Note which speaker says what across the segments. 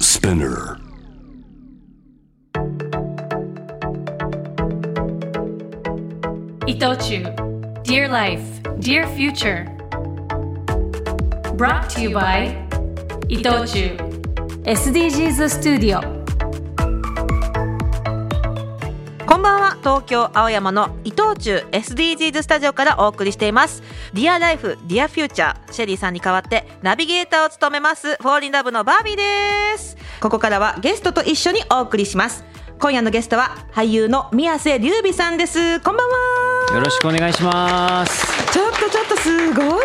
Speaker 1: Spinner.
Speaker 2: 伊藤忠 Dear Life, Dear Future Brought to you by 伊藤忠 SDGs Studio
Speaker 3: こんばんは東京青山の伊藤忠 SDGs スタジオからお送りしていますディアライフディアフューチャーシェリーさんに代わってナビゲーターを務めますフォーリンラブのバービーですここからはゲストと一緒にお送りします今夜のゲストは俳優の宮瀬隆美さんですこんばんは
Speaker 4: よろしくお願いします。
Speaker 3: ちょっとちょっとすごいよ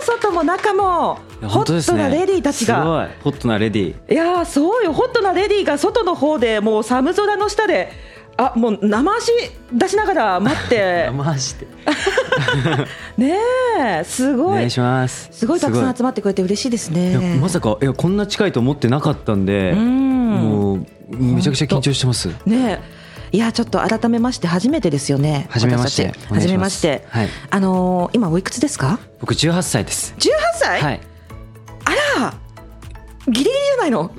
Speaker 3: 外も中も
Speaker 4: いや
Speaker 3: ホ
Speaker 4: 本当で
Speaker 3: ッ
Speaker 4: す
Speaker 3: ト
Speaker 4: ね
Speaker 3: なレディーたち
Speaker 4: す
Speaker 3: が
Speaker 4: ごい。ホットなレディー。
Speaker 3: いやーそうよホットなレディーが外の方でもう寒空の下であもう生足出しながら待って
Speaker 4: マジで。
Speaker 3: ねえす
Speaker 4: お
Speaker 3: ご
Speaker 4: 願
Speaker 3: い
Speaker 4: いします。
Speaker 3: すごいたくさん集まってくれて嬉しいです
Speaker 4: すごいい
Speaker 3: ね
Speaker 4: やまさかいやこんな近いと思ってなかったんで、
Speaker 3: ん
Speaker 4: もうめちゃくちゃ緊張してます。
Speaker 3: ねえいやちょっと改めまして初めてですよね
Speaker 4: 初めまして
Speaker 3: 私たち
Speaker 4: お願い
Speaker 3: 初め
Speaker 4: し
Speaker 3: ま
Speaker 4: ま
Speaker 3: し
Speaker 4: す
Speaker 3: て
Speaker 4: はい
Speaker 3: あのー今おいくつですか
Speaker 4: 僕18歳です。
Speaker 3: 18歳、
Speaker 4: はい。
Speaker 3: あらギリギリじゃないの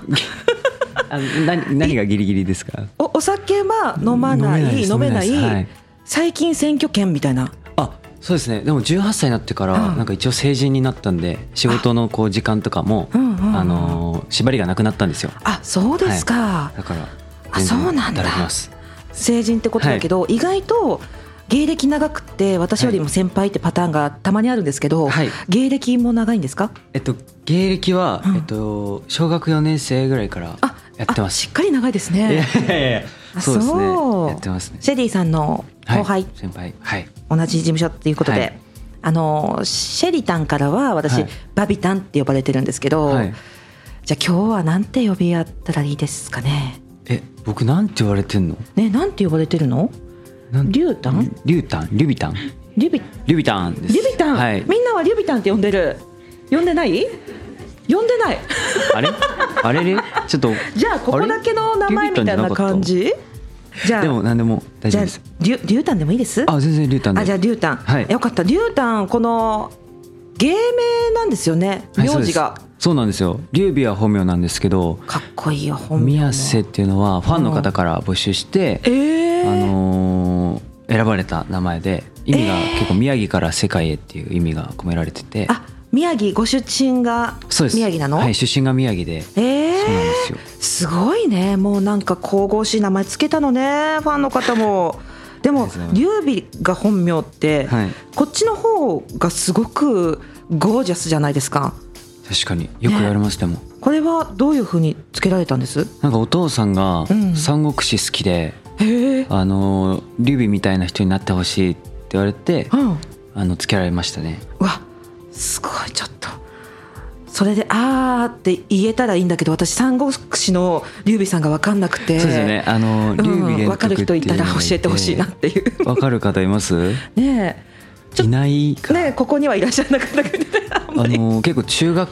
Speaker 4: あ何何がギリギリですか。
Speaker 3: おお酒は飲まな
Speaker 4: 飲め
Speaker 3: い
Speaker 4: ないです
Speaker 3: 飲めない
Speaker 4: 飲めないですはい
Speaker 3: 最近選挙権みたいな
Speaker 4: あそうですね。でも18歳になってから
Speaker 3: うん
Speaker 4: なんか一応成人になったんで仕事のこう時間とかも
Speaker 3: うんうんうん
Speaker 4: あのー縛りがなくなったんですよ。
Speaker 3: あそうですか、
Speaker 4: だから
Speaker 3: あそうなんだ
Speaker 4: 働きます。
Speaker 3: 成人ってことだけど、意外と芸歴長くって私よりも先輩ってパターンがたまにあるんですけど、
Speaker 4: はい
Speaker 3: 芸歴も長いんですか
Speaker 4: えっと芸歴は、
Speaker 3: うん
Speaker 4: えっと小学4年生ぐらいから
Speaker 3: あ
Speaker 4: やってま
Speaker 3: あし
Speaker 4: す
Speaker 3: っ。かり長いです
Speaker 4: いや
Speaker 3: ね
Speaker 4: いやいやい
Speaker 3: あ
Speaker 4: や そうですね。
Speaker 3: そう
Speaker 4: やってますね。
Speaker 3: シェリーさんの
Speaker 4: はい
Speaker 3: 後輩、
Speaker 4: 先輩はい
Speaker 3: 同じ事務所っていうことで、
Speaker 4: はい
Speaker 3: あのシェリタンからは私、
Speaker 4: はい
Speaker 3: バビタンって呼ばれてるんですけど、
Speaker 4: はい。
Speaker 3: じゃあ今日はなんて呼び合ったらいいですかね
Speaker 4: え僕なんて言われてんの？
Speaker 3: ねなんて呼ばれてるの
Speaker 4: なん
Speaker 3: リュウタン
Speaker 4: リュウタンリュビタン
Speaker 3: リュビ
Speaker 4: リュビタンです。
Speaker 3: リュビタン、
Speaker 4: はい。
Speaker 3: みんなはリュビタンって呼んでる呼んでない呼んでない
Speaker 4: あれあれれちょっと
Speaker 3: じゃあここだけの名前みたい
Speaker 4: あ
Speaker 3: な感。
Speaker 4: れリュウタン
Speaker 3: じじ
Speaker 4: ゃなかった
Speaker 3: ゃあ
Speaker 4: でも何でも大
Speaker 3: じ
Speaker 4: 丈夫
Speaker 3: ゃあ
Speaker 4: です。
Speaker 3: リュリュウタンでもいいです
Speaker 4: あ全然リュウタンで。
Speaker 3: あじゃあリュウタン、
Speaker 4: はい
Speaker 3: よかったリュウタンこの芸名なんですよね
Speaker 4: はい
Speaker 3: 名
Speaker 4: そうで
Speaker 3: 字
Speaker 4: す
Speaker 3: が
Speaker 4: そうなんですよ。リュウビは本名なんですけど、
Speaker 3: かっこいいよ本名も
Speaker 4: 宮瀬っていうのはファンの方から募集して。
Speaker 3: えー、
Speaker 4: あのー選ばれた名前で意味が結構宮城から世界へっていう意味が込められてて、
Speaker 3: あ宮城ご出身が
Speaker 4: そうです
Speaker 3: 宮城なの
Speaker 4: はい、出身が宮城で、
Speaker 3: えー
Speaker 4: そうなんですよ
Speaker 3: すごいねもうなんか神々しい名前つけたのねファンの方もでも
Speaker 4: ありがとうござい
Speaker 3: 劉備が本名って、
Speaker 4: はい
Speaker 3: こっちの方がすごくゴージャスじゃないですか
Speaker 4: 確かによく言われます、でも
Speaker 3: これはどういうふうにつけられたんです
Speaker 4: なんかお父さんが
Speaker 3: うん
Speaker 4: 三国志好きで、
Speaker 3: へえ
Speaker 4: あのー劉備みたいな人になってほしいって言われて、
Speaker 3: うんう
Speaker 4: あのつけられましたね
Speaker 3: わすごいちょっとそれで「あー」って言えたらいいんだけど私三国志の劉備さんが分かんなくて
Speaker 4: そうですよねあのー劉備
Speaker 3: うん、
Speaker 4: 玄
Speaker 3: 分か
Speaker 4: 徳
Speaker 3: る
Speaker 4: って
Speaker 3: 人
Speaker 4: いう
Speaker 3: いたら教えてほしいなっていう
Speaker 4: わかる方います
Speaker 3: ねえ
Speaker 4: いないか、
Speaker 3: ねえここにはいらっしゃらなかったけどねあんま
Speaker 4: あ
Speaker 3: り
Speaker 4: のー結構中学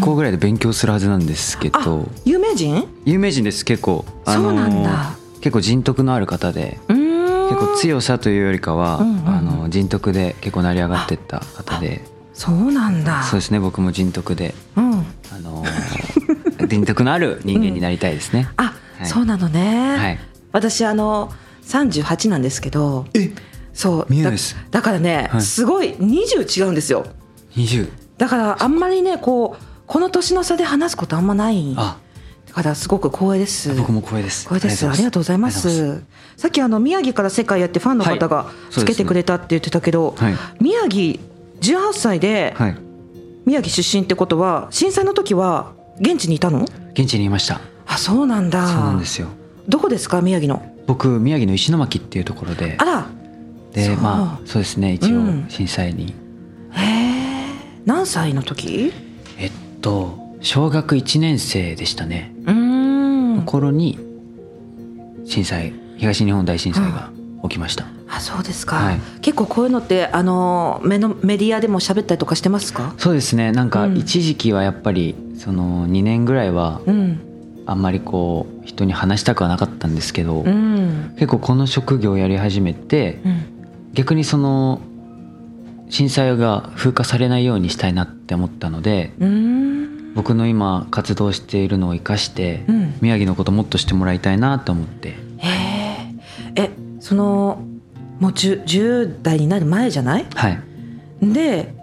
Speaker 4: 校ぐらいで勉強するはずなんですけど、
Speaker 3: あ有名人
Speaker 4: 有名人です結構、
Speaker 3: そうなんだ
Speaker 4: 結構人徳のある方で
Speaker 3: うーん
Speaker 4: 結構強さというよりかは、
Speaker 3: うんうんうん
Speaker 4: あの人徳で結構成り上がってった方で
Speaker 3: そうなんだ
Speaker 4: そうですね僕も人徳で、
Speaker 3: うん、
Speaker 4: あの ー人徳のある人間になりたいですね、
Speaker 3: あ、
Speaker 4: はい
Speaker 3: そうなのね、
Speaker 4: はい
Speaker 3: 私あの38なんですけどそう
Speaker 4: 見えな
Speaker 3: だ
Speaker 4: いです
Speaker 3: だからね、
Speaker 4: はい
Speaker 3: すごい20違うんですよ
Speaker 4: 20
Speaker 3: だからあんまりねこうこの年の差で話すことあんまない
Speaker 4: あ
Speaker 3: だからすごく光栄です
Speaker 4: 僕も光栄です
Speaker 3: 光栄ですありがとうございま
Speaker 4: ありがとうござい
Speaker 3: すさっきあの宮城から世界やってファンの方が
Speaker 4: はいそ
Speaker 3: つ
Speaker 4: うですね
Speaker 3: けてくれたって言ってたけど、
Speaker 4: はい
Speaker 3: 宮城18歳で
Speaker 4: ます
Speaker 3: 宮城出身ってことは震災の時は現地にいたの
Speaker 4: はい現地にいました
Speaker 3: あそうなんだ
Speaker 4: そうなんですよ
Speaker 3: どこですか宮城の
Speaker 4: 僕宮城の石巻っていうところで
Speaker 3: あらそ
Speaker 4: で
Speaker 3: う
Speaker 4: まあそうですね一応
Speaker 3: うん
Speaker 4: 震災に、
Speaker 3: へえ何歳の時
Speaker 4: えっと小学1年生でしたね
Speaker 3: うーん
Speaker 4: 頃に震災東日本大震災が起きました、
Speaker 3: あそうですか、
Speaker 4: はい
Speaker 3: 結構こういうのってあの目のメディアでも喋ったりとかしてますか
Speaker 4: そうですねなんか
Speaker 3: うん
Speaker 4: 一時期はやっぱりその2年ぐらいは
Speaker 3: うん
Speaker 4: あんまりこう人に話したくはなかったんですけど、
Speaker 3: うん
Speaker 4: 結構この職業をやり始めて
Speaker 3: うん
Speaker 4: 逆にその震災が風化されないようにしたいなって思ったので
Speaker 3: うーん
Speaker 4: 僕の今活動しているのを生かして、
Speaker 3: うん
Speaker 4: 宮城のこともっとしてもらいたいなと思って
Speaker 3: へええそのもう 10, 10代になる前じゃない
Speaker 4: はい
Speaker 3: で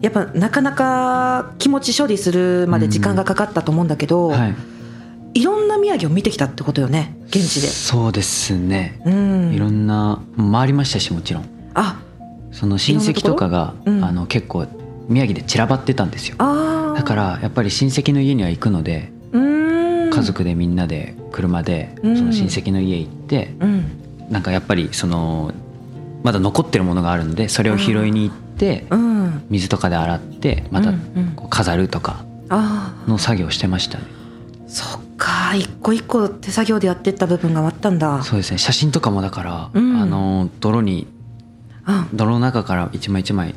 Speaker 3: やっぱなかなか気持ち処理するまで時間がかかったと思うんだけど、
Speaker 4: はい
Speaker 3: いろんな宮城を見てきたってことよね現地で。
Speaker 4: そうですね、
Speaker 3: うん、
Speaker 4: いろんな回りましたしもちろん
Speaker 3: あ
Speaker 4: その親戚とかが
Speaker 3: いろんなところうん
Speaker 4: あの結構宮城で散らばってたんですよ
Speaker 3: あー
Speaker 4: だからやっぱり親戚の家には行くので
Speaker 3: うーん
Speaker 4: 家族でみんなで車でそ
Speaker 3: うん
Speaker 4: の親戚の家行って
Speaker 3: うん
Speaker 4: なんかやっぱりそのまだ残ってるものがあるのでそれを拾いに行って
Speaker 3: うん
Speaker 4: 水とかで洗ってま
Speaker 3: う
Speaker 4: た
Speaker 3: んうん
Speaker 4: こう飾るとか
Speaker 3: あ
Speaker 4: の作業してましたね
Speaker 3: ーそっか一個一個手作業でやってった部分があったんだ
Speaker 4: そうですね写真とかもだから、
Speaker 3: うん
Speaker 4: あの泥に
Speaker 3: あ
Speaker 4: 泥の中から一枚一枚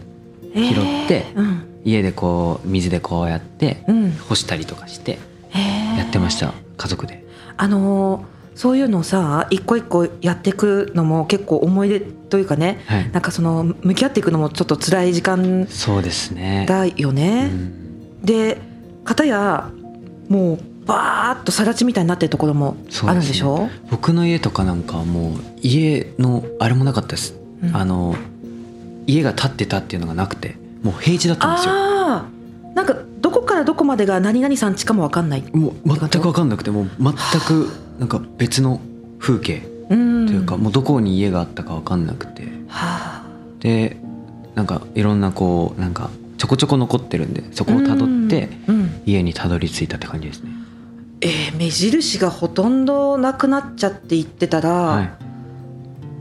Speaker 4: 拾って
Speaker 3: えーうん
Speaker 4: 家でこう水でこうやって
Speaker 3: うん
Speaker 4: 干したりとかして
Speaker 3: へー
Speaker 4: やってました家族で
Speaker 3: あのーそういうのをさ一個一個やっていくのも結構思い出というかね
Speaker 4: はい
Speaker 3: なんかその向き合っていくのもちょっと辛い時間
Speaker 4: そうですね
Speaker 3: だよ
Speaker 4: う
Speaker 3: ね、
Speaker 4: ん
Speaker 3: で片やもうバーッと更地みたいになってるところもあるんでしょ
Speaker 4: 僕の家とかなんかはもう家のあれもなかったです、
Speaker 3: うん
Speaker 4: あの家が建ってたっていうのがなくてもう平地だったんですよ
Speaker 3: ああなんかどこからどこまでが何々さんちかもわかんない
Speaker 4: もう全く分かんなくてもう全くなんか別の風景
Speaker 3: うん
Speaker 4: というか、もうどこに家があったか分かんなくて
Speaker 3: はあ
Speaker 4: でなんかいろんなこうなんかちょこちょこ残ってるんでそこをたどって
Speaker 3: うんうん
Speaker 4: 家にたどり着いたって感じですね、
Speaker 3: えー目印がほとんどなくなっちゃって言ってたら、
Speaker 4: はい、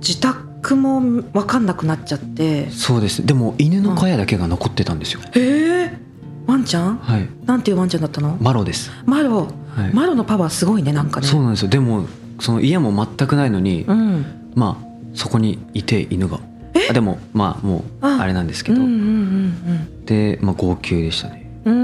Speaker 3: 自宅もわかんなくなっちゃって
Speaker 4: そうですでも犬の小屋だけが残ってたんですよ、
Speaker 3: ええワンちゃん
Speaker 4: はい
Speaker 3: なんていうワンちゃんだったの
Speaker 4: マロです、
Speaker 3: マ
Speaker 4: は
Speaker 3: ロ
Speaker 4: い
Speaker 3: マロのパワーすごいねなんかね
Speaker 4: そうなんですよでもその家も全くないのに、
Speaker 3: うん
Speaker 4: まあそこにいて犬があでもまあもう
Speaker 3: あ
Speaker 4: あれなんですけ
Speaker 3: うん
Speaker 4: ど、
Speaker 3: うんうん
Speaker 4: で、まあ、号泣でしたね
Speaker 3: うんう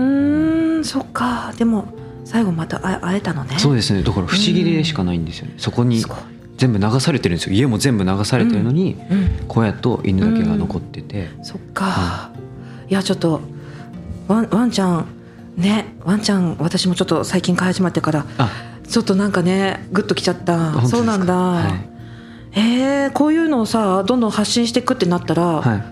Speaker 3: ーんそっかでも最後また会え会えたのね
Speaker 4: そうですねだから不思議でしかないんですよねそこに
Speaker 3: すごい、
Speaker 4: 全部流されてるんですよ家も全部流されてるのに、
Speaker 3: うん、
Speaker 4: 小屋と犬だけが残ってて、
Speaker 3: そっか、いやちょっとワンワンちゃんねワンちゃん私もちょっと最近飼い始まってから
Speaker 4: あ
Speaker 3: ちょっとなんかねグッときちゃっ
Speaker 4: 本
Speaker 3: た
Speaker 4: 当ですか
Speaker 3: そうなんだ、
Speaker 4: はい
Speaker 3: へえこういうのをさどんどん発信していくってなったら、
Speaker 4: はい、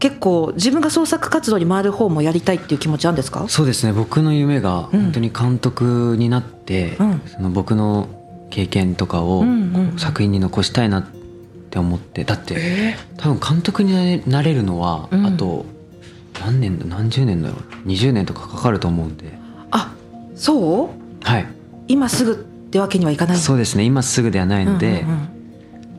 Speaker 3: 結構自分が創作活動に回る方もやりたいっていう気持ちあるんですか
Speaker 4: そうですね僕の夢が
Speaker 3: うん
Speaker 4: 本当に監督になって、
Speaker 3: うん
Speaker 4: その僕の経験とかを
Speaker 3: うんうん
Speaker 4: 作品に残したいなって思ってだって、
Speaker 3: え
Speaker 4: 多分監督になれなれるのは、
Speaker 3: うん
Speaker 4: あと何年だ何十年だろう20年とかかかると思うんで
Speaker 3: あそう
Speaker 4: はい
Speaker 3: 今すぐってわけにはいかない
Speaker 4: そうですね今すぐではないので、
Speaker 3: うん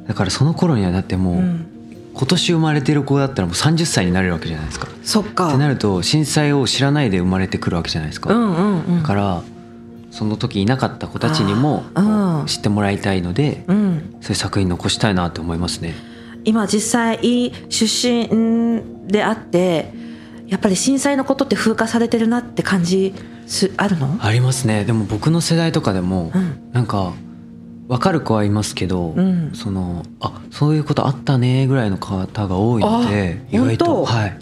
Speaker 4: だからその頃にはだってもう、
Speaker 3: うんうんうん
Speaker 4: 今年生まれてる子だったらもう30歳になれるわけじゃないですか。っ
Speaker 3: そっか
Speaker 4: てなると震災を知らないで生まれてくるわけじゃないですか。
Speaker 3: うんうんうん
Speaker 4: だからその時いなかった子たちにも
Speaker 3: あーうん
Speaker 4: 知ってもらいたいので、
Speaker 3: うん
Speaker 4: そういう作品残したいなと思いますね。
Speaker 3: 今実際出身であってやっぱり震災のことって風化されてるなって感じすあるの
Speaker 4: ありますねでも僕の世代とかでも、
Speaker 3: うん
Speaker 4: なんか分かる子はいますけど、
Speaker 3: うん
Speaker 4: そのあそういうことあったねぐらいの方が多いので
Speaker 3: あ
Speaker 4: 意外と
Speaker 3: 本当
Speaker 4: はい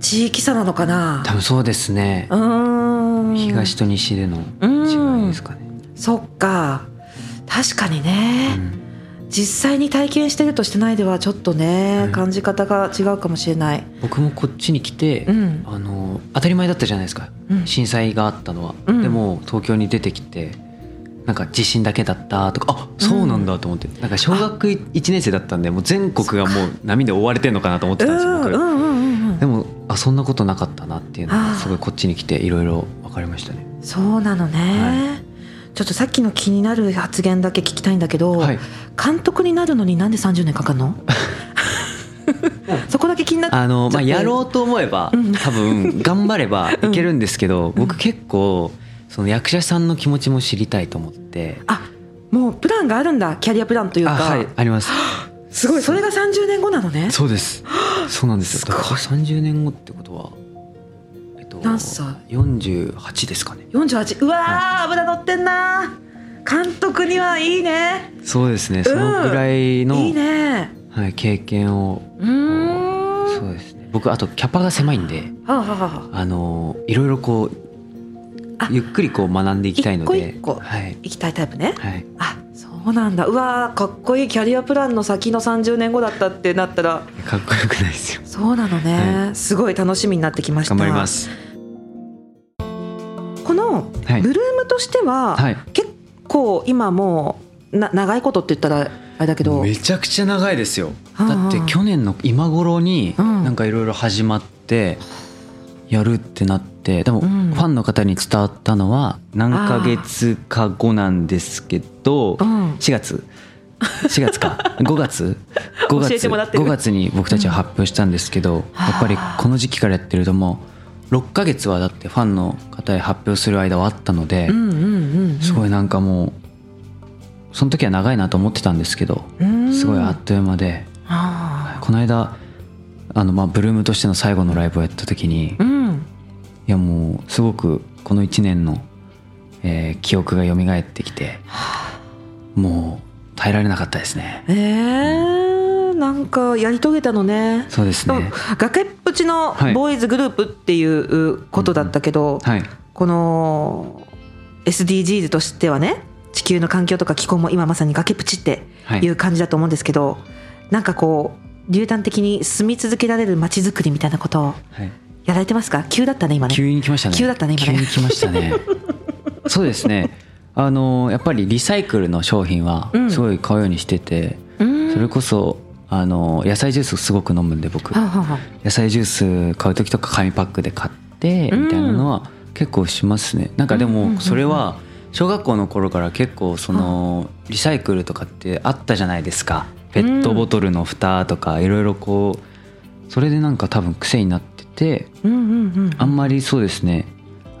Speaker 3: 地域差なのかな
Speaker 4: 多分そうですね
Speaker 3: う、ーん
Speaker 4: 東と西での違いですかね、
Speaker 3: そっか確かに
Speaker 4: う
Speaker 3: ね、
Speaker 4: ん
Speaker 3: 実際に体験してるとしてないではちょっとね、
Speaker 4: うん
Speaker 3: 感じ方が違うかもしれない
Speaker 4: 僕もこっちに来て、
Speaker 3: うん
Speaker 4: あの当たり前だったじゃないですか
Speaker 3: うん
Speaker 4: 震災があったのは、
Speaker 3: うん
Speaker 4: でも東京に出てきてなんか地震だけだったとかあそうなんだと思って、なんか小学1年生だったんでもう全国がもう波で覆われてんのかなと思って
Speaker 3: う
Speaker 4: たん
Speaker 3: ん
Speaker 4: ですよ、僕
Speaker 3: うんうんうんうん
Speaker 4: でもあそんなことなかったなっていうの
Speaker 3: あ
Speaker 4: が
Speaker 3: ー
Speaker 4: すごいこっちに来ていろいろ分かりましたね。
Speaker 3: そうなのね、
Speaker 4: は
Speaker 3: ちょっとさっきの気になる発言だけ聞きたいんだけど、
Speaker 4: はい、
Speaker 3: 監督になるのになんで30年かか るのそこだけ気になっ
Speaker 4: あの、まあ、
Speaker 3: ちょっと
Speaker 4: やろうと思えば
Speaker 3: うん
Speaker 4: 多 分頑張ればいけるんですけど、僕結構その役者さんの気持ちも知りたいと思って。
Speaker 3: あもうプランがあるんだキャリアプランという
Speaker 4: あ
Speaker 3: か、
Speaker 4: はいあります
Speaker 3: すごいそれが30年後なのね
Speaker 4: そうですそうなんですよ
Speaker 3: すご
Speaker 4: だ
Speaker 3: い
Speaker 4: から30年後ってことはえっと
Speaker 3: 何歳
Speaker 4: 48ですかね
Speaker 3: 48うわー油乗ってんな監督にはいいね
Speaker 4: そうですねそのぐらいの、
Speaker 3: いいね
Speaker 4: はい、経験を
Speaker 3: うーん
Speaker 4: そうですね僕あとキャパが狭いんで
Speaker 3: はあはあはあ
Speaker 4: あのいろいろこう
Speaker 3: あ
Speaker 4: ゆっくりこう学んでいきたいので
Speaker 3: 一個一個
Speaker 4: はい
Speaker 3: 行きたいタイプね
Speaker 4: はい、
Speaker 3: あそうなんだうわーかっこいいキャリアプランの先の30年後だったってなったら
Speaker 4: かっこよくないですよ
Speaker 3: そうなのね、すごい楽しみになってきました
Speaker 4: 頑張ります
Speaker 3: この
Speaker 4: はい
Speaker 3: ブルームとしては、
Speaker 4: はい
Speaker 3: 結構今もうな長いことって言ったらあれだけど
Speaker 4: めちゃくちゃ長いですよ
Speaker 3: うんうん
Speaker 4: だって去年の今頃に
Speaker 3: うん
Speaker 4: なんかいろいろ始まってやるってなってでも
Speaker 3: う
Speaker 4: フ
Speaker 3: ん
Speaker 4: ァンの方に伝わったのは何ヶ月か後なんですけど
Speaker 3: うん
Speaker 4: 4月4月 か5月5
Speaker 3: 教え
Speaker 4: 月
Speaker 3: てもらってる
Speaker 4: 5月に僕たちは発表したんですけどやっぱりこの時期からやってるともう6ヶ月はだってファンの方へ発表する間はあったので
Speaker 3: うんうんうんうん
Speaker 4: すごいなんかもうその時は長いなと思ってたんですけど
Speaker 3: うん
Speaker 4: すごいあっという間で
Speaker 3: あ
Speaker 4: この間あのまあブルームとしての最後のライブをやった時にい
Speaker 3: ーうん
Speaker 4: やもうすごくこの1年の、えー記憶が蘇ってきてもう耐えられなかったですね
Speaker 3: えー、なんかやり遂げたのね
Speaker 4: そうですね
Speaker 3: 崖っぷちの
Speaker 4: はい
Speaker 3: ボーイズグループっていうことだったけど、
Speaker 4: はい
Speaker 3: この SDGs としてはね地球の環境とか気候も今まさに崖っぷちって
Speaker 4: はい
Speaker 3: いう感じだと思うんですけど、なんかこう流弾的に住み続けられる街づくりみたいなことを
Speaker 4: はい
Speaker 3: やられてますか急だったね今ね
Speaker 4: 急に来ましたね
Speaker 3: 急だったね今
Speaker 4: 急
Speaker 3: ね
Speaker 4: に来ましたねそうですねあのやっぱりリサイクルの商品は
Speaker 3: うん
Speaker 4: すごい買うようにしてて、
Speaker 3: うん
Speaker 4: それこそあの野菜ジュースすごく飲むんで僕
Speaker 3: はあはあはあ
Speaker 4: 野菜ジュース買う時とか紙パックで買って
Speaker 3: うん
Speaker 4: みたいなのは結構しますねなんかで
Speaker 3: うんうんうん
Speaker 4: もそれは小学校の頃から結構そのリサイクルとかってあったじゃないですかペットボトルの蓋とかいろいろこうそれでなんか多分癖になってて
Speaker 3: うんうんうん
Speaker 4: あんまりそうですね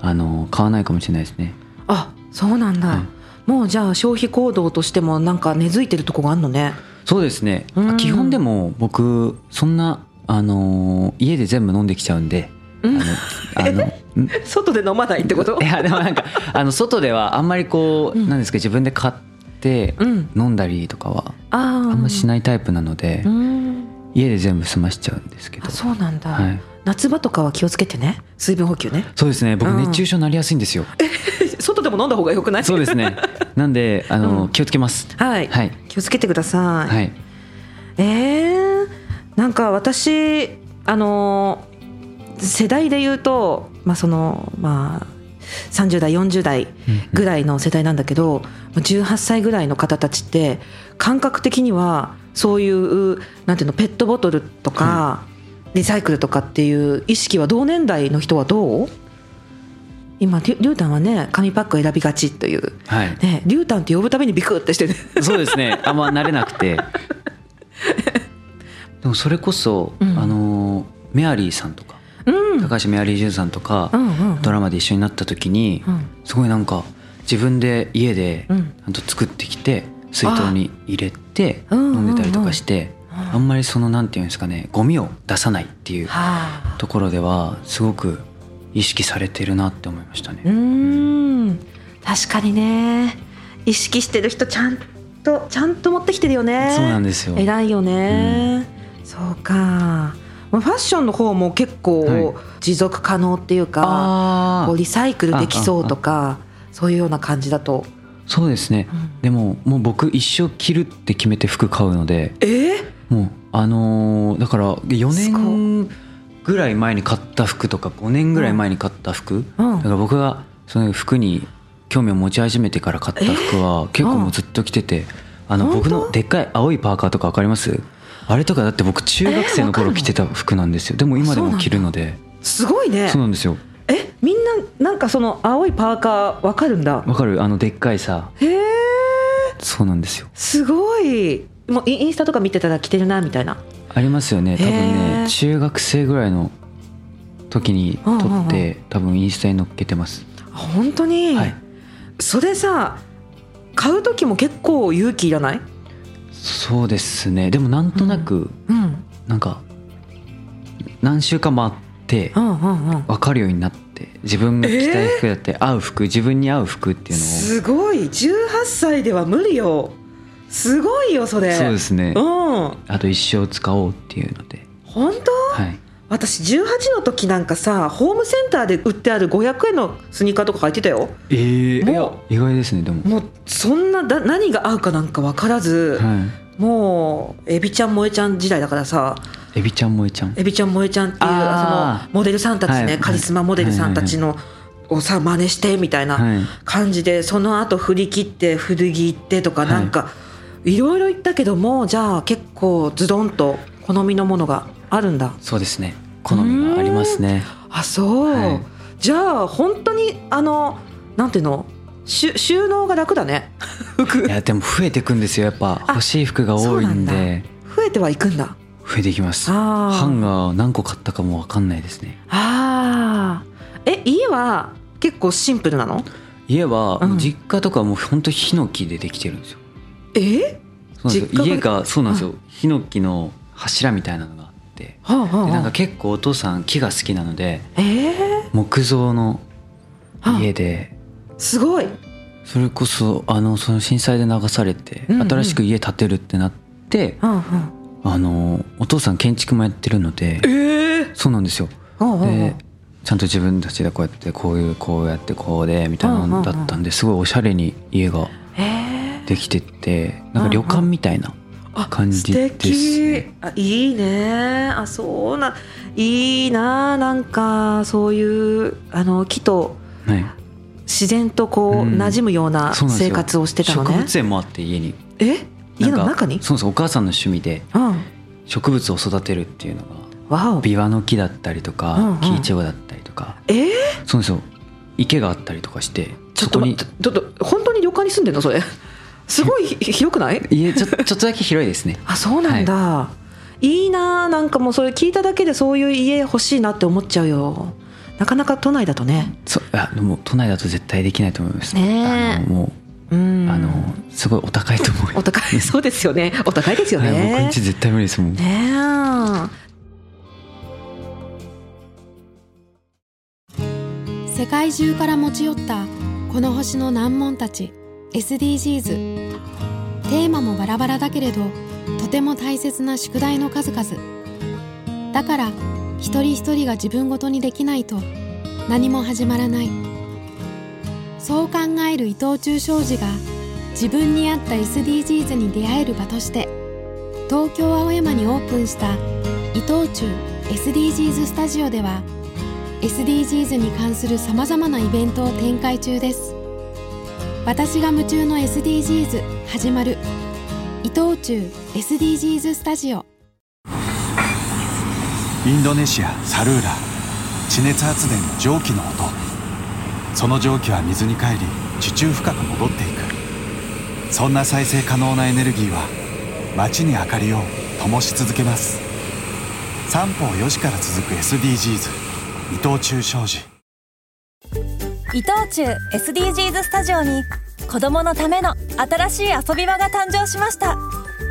Speaker 4: あの買わないかもしれないですね
Speaker 3: あそうなんだ、
Speaker 4: はい
Speaker 3: もうじゃあ消費行動としてもなんか根付いてるとこがあるのね
Speaker 4: そうですね
Speaker 3: うん
Speaker 4: 基本でも僕そんなあの家で全部飲んできちゃうんで
Speaker 3: うん
Speaker 4: あのあ の
Speaker 3: 外で飲まないってこと
Speaker 4: いやでもなんかあの外ではあんまりこう、
Speaker 3: うん
Speaker 4: なんですか自分で買って
Speaker 3: うん
Speaker 4: 飲んだりとかは
Speaker 3: あ
Speaker 4: あんまし
Speaker 3: ない
Speaker 4: ないタイプなので、
Speaker 3: うん
Speaker 4: 家で全部済ましちゃうんですけど
Speaker 3: あそうなんだ、
Speaker 4: はい、
Speaker 3: 夏場とかは気をつけてね水分補給ね
Speaker 4: そうですね僕
Speaker 3: うん
Speaker 4: 熱中症になりやすいんですよ、
Speaker 3: 外でも飲んだ方がよくない
Speaker 4: そう ですねなんであの、
Speaker 3: うん
Speaker 4: 気をつけます
Speaker 3: はい、
Speaker 4: はい
Speaker 3: 気をつけてください、
Speaker 4: はい
Speaker 3: えーなんか私あのー世代で言うとまあそのまあ30代40代ぐらいの世代なんだけど、18歳ぐらいの方たちって感覚的にはそういうなんていうのペットボトルとか、リサイクルとかっていう意識は同年代の人はどう今りゅりゅうたんはね紙パック選びがちという
Speaker 4: はい
Speaker 3: ねりゅうたんって呼ぶたびにビクってしてね
Speaker 4: そうですねあんま慣れなくてでもそれこそ、
Speaker 3: うん
Speaker 4: あのメアリーさんとか
Speaker 3: うん
Speaker 4: 高橋メアリージュンさんとか、
Speaker 3: うん うん
Speaker 4: ドラマで一緒になった時に、
Speaker 3: うん
Speaker 4: すごいなんか自分で家で
Speaker 3: うん
Speaker 4: ちゃんと作ってきて水筒に入れて
Speaker 3: あうん
Speaker 4: 飲んでたりとかして
Speaker 3: うんうん
Speaker 4: あんまりそのなんていうんですかねゴミを出さないっていう
Speaker 3: はあ
Speaker 4: ところではすごく意識されてるなって思いました
Speaker 3: う
Speaker 4: ね。
Speaker 3: ーん確かにね意識してる人ちゃんとちゃんと持ってきてるよね
Speaker 4: そうなんですよ。
Speaker 3: 偉いよね、そうかまあファッションの方も結
Speaker 4: はい
Speaker 3: 構持続可能っていうか、
Speaker 4: あ
Speaker 3: こう
Speaker 4: ー
Speaker 3: リサイクルできそうとかそういうような感じだと、
Speaker 4: そうですね。でももう僕一生着るって決めて服買うので
Speaker 3: えー
Speaker 4: もうあのーだから4
Speaker 3: すご
Speaker 4: 年ぐらい前に買った服とか5年ぐらい前に買った服、
Speaker 3: うん
Speaker 4: だから僕がその服に興味を持ち始めてから買った服は結構もうずっと着てて、あの
Speaker 3: 本
Speaker 4: 僕
Speaker 3: 当
Speaker 4: のでっかい青いパーカーとか分かりますあれとかだって僕中学生の
Speaker 3: えわかる
Speaker 4: 頃
Speaker 3: の
Speaker 4: 着てた服なんですよでも今で
Speaker 3: そうな
Speaker 4: も
Speaker 3: んだ
Speaker 4: 着るのです
Speaker 3: ごいね
Speaker 4: そうなんですよ
Speaker 3: えみんななんかその青いパーカーわかるんだ
Speaker 4: わかるあのでっかいさ
Speaker 3: へえ
Speaker 4: そうなんですよ
Speaker 3: すごいもうインインスタとか見てたら着てるなみたいな
Speaker 4: ありますよね多分
Speaker 3: へー
Speaker 4: ね中学生ぐらいの時に撮
Speaker 3: うん
Speaker 4: っ
Speaker 3: うん
Speaker 4: て多分インスタに載っけてます
Speaker 3: あ本当に、
Speaker 4: はい
Speaker 3: それさ買う時も結構勇気いらない、
Speaker 4: そうですねでもなんとなく、
Speaker 3: うん、うん
Speaker 4: なんか何週間もあって
Speaker 3: うんうん
Speaker 4: 分かるようになって自分が着たい服だって合う服自分に合う服っていうのをそ
Speaker 3: すごい18歳では無理よすごいよそれ
Speaker 4: うですすね
Speaker 3: うん本
Speaker 4: あと一生使おうっていうので
Speaker 3: 当
Speaker 4: はい
Speaker 3: 私18の時なんかさホームセンターで売ってある500円のスニーカーとか履いてたよ
Speaker 4: えー、いや
Speaker 3: も
Speaker 4: 意外ですねでも、
Speaker 3: もうそんなだ何が合うかなんか分からず、
Speaker 4: は
Speaker 3: もうエビちゃん萌えちゃん時代だからさ
Speaker 4: い、エビちゃん萌えちゃん
Speaker 3: エビちゃん萌えちゃんっていうそ
Speaker 4: あー
Speaker 3: のモデルさんたちね、
Speaker 4: はい
Speaker 3: カリスマモデルさんたちの、をさ真似してみたいな
Speaker 4: はい
Speaker 3: 感じでその後振り切って古着行ってとか
Speaker 4: はい
Speaker 3: なんか、いろいろ行ったけどもじゃあ結構ズドンと好みのものがあるんだ
Speaker 4: そうですね好みがありますね
Speaker 3: あそう、
Speaker 4: はい
Speaker 3: じゃあ本当にあのなんていうの収収納が楽だね服
Speaker 4: いやでも増えていくんですよやっぱ
Speaker 3: あ
Speaker 4: 欲しい服が多いん
Speaker 3: そうな
Speaker 4: で
Speaker 3: 増えてはいくんだ
Speaker 4: 増えていきますハ
Speaker 3: あー
Speaker 4: ンガー何個買ったかもわかんないですね
Speaker 3: あーえ家は結構シンプルなの
Speaker 4: 家は
Speaker 3: うん
Speaker 4: 実家とかもうほんとヒノキでできてるんですよ
Speaker 3: え
Speaker 4: そうなんです
Speaker 3: 実
Speaker 4: よ
Speaker 3: 家が
Speaker 4: 家がそうなんですよヒノキの柱みたいなのがあって
Speaker 3: はあはあ
Speaker 4: でなん
Speaker 3: は
Speaker 4: か
Speaker 3: あ
Speaker 4: 結構お父さん木が好きなので
Speaker 3: えー
Speaker 4: 木造の
Speaker 3: はあ
Speaker 4: 家です
Speaker 3: ごい
Speaker 4: それこそあのその震災で流されて
Speaker 3: うんうん
Speaker 4: 新しく家建てるってなって
Speaker 3: うんうん
Speaker 4: あのお父さん建築もやってるので
Speaker 3: えー
Speaker 4: そうなんですよ
Speaker 3: はあはあは
Speaker 4: でちゃんと自分たちでこうやってこういうこうやってこうでみたいなのだったんですごいおしゃれに家が
Speaker 3: あえー
Speaker 4: できてってなんか旅館みたいな
Speaker 3: あ
Speaker 4: 感じですね
Speaker 3: 素敵あいいねあそうないいななんかそういうあの木と
Speaker 4: はい
Speaker 3: 自然とこう、
Speaker 4: うん
Speaker 3: 馴染むような
Speaker 4: そうなんですよ
Speaker 3: 生活をしてたの
Speaker 4: 植
Speaker 3: ね
Speaker 4: 物園もあって家に
Speaker 3: え家
Speaker 4: なん
Speaker 3: の
Speaker 4: か
Speaker 3: 中に
Speaker 4: そうそうお母さんの趣味で
Speaker 3: うん
Speaker 4: 植物を育てるっていうのが
Speaker 3: わお
Speaker 4: ビワの木だったりとか、
Speaker 3: うんうん
Speaker 4: 木イチゴだったりとか
Speaker 3: えー
Speaker 4: そうですよ池があったりとかして
Speaker 3: ち
Speaker 4: そ
Speaker 3: ょっと
Speaker 4: こ
Speaker 3: 待っ
Speaker 4: に
Speaker 3: てちょっと本当に旅館に住んでんのそれすごいひ広くない
Speaker 4: 家ちょちょっとだけ広いですね
Speaker 3: あそうなんだ、い、いなあなんかもうそれ聞いただけでそういう家欲しいなって思っちゃうよなかなか都内だとね
Speaker 4: そうあでも都内だと絶対できないと思います、
Speaker 3: ねえ
Speaker 4: あのも
Speaker 3: うん
Speaker 4: う、あのすごいお高いと思うよ
Speaker 3: お高いそうですよねお高いですよね、
Speaker 4: はい、僕んち絶対無理ですもん、
Speaker 3: ねえ
Speaker 1: 世界中から持ち寄ったこの星の難問たち SDGs テーマもバラバラだけれどとても大切な宿題の数々だから一人一人が自分ごとにできないと何も始まらないそう考える伊藤忠商事が自分に合った SDGs に出会える場として東京青山にオープンした伊藤忠 SDGs スタジオでは「SDGs に関するさまざまなイベントを展開中です私が夢中の SDGs 始まる伊藤忠 SDGs スタジオ
Speaker 5: インドネシアサルーラ地熱発電の蒸気の音その蒸気は水に帰り地中深く戻っていくそんな再生可能なエネルギーは街に明かりを灯し続けます三方よしから続く SDGs 伊藤忠商事
Speaker 6: 伊藤忠 SDGs スタジオに子供のための新しい遊び場が誕生しました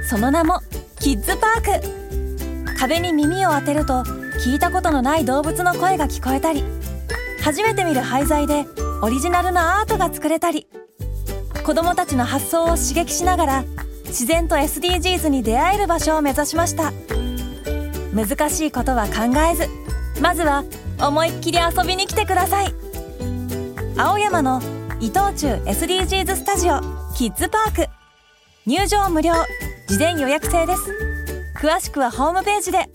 Speaker 6: その名もキッズパーク壁に耳を当てると聞いたことのない動物の声が聞こえたり初めて見る廃材でオリジナルのアートが作れたり子供たちの発想を刺激しながら自然と SDGs に出会える場所を目指しました難しいことは考えずまずは思いっきり遊びに来てください青山の伊藤忠 SDGs スタジオキッズパーク入場無料事前予約制です詳しくはホームページで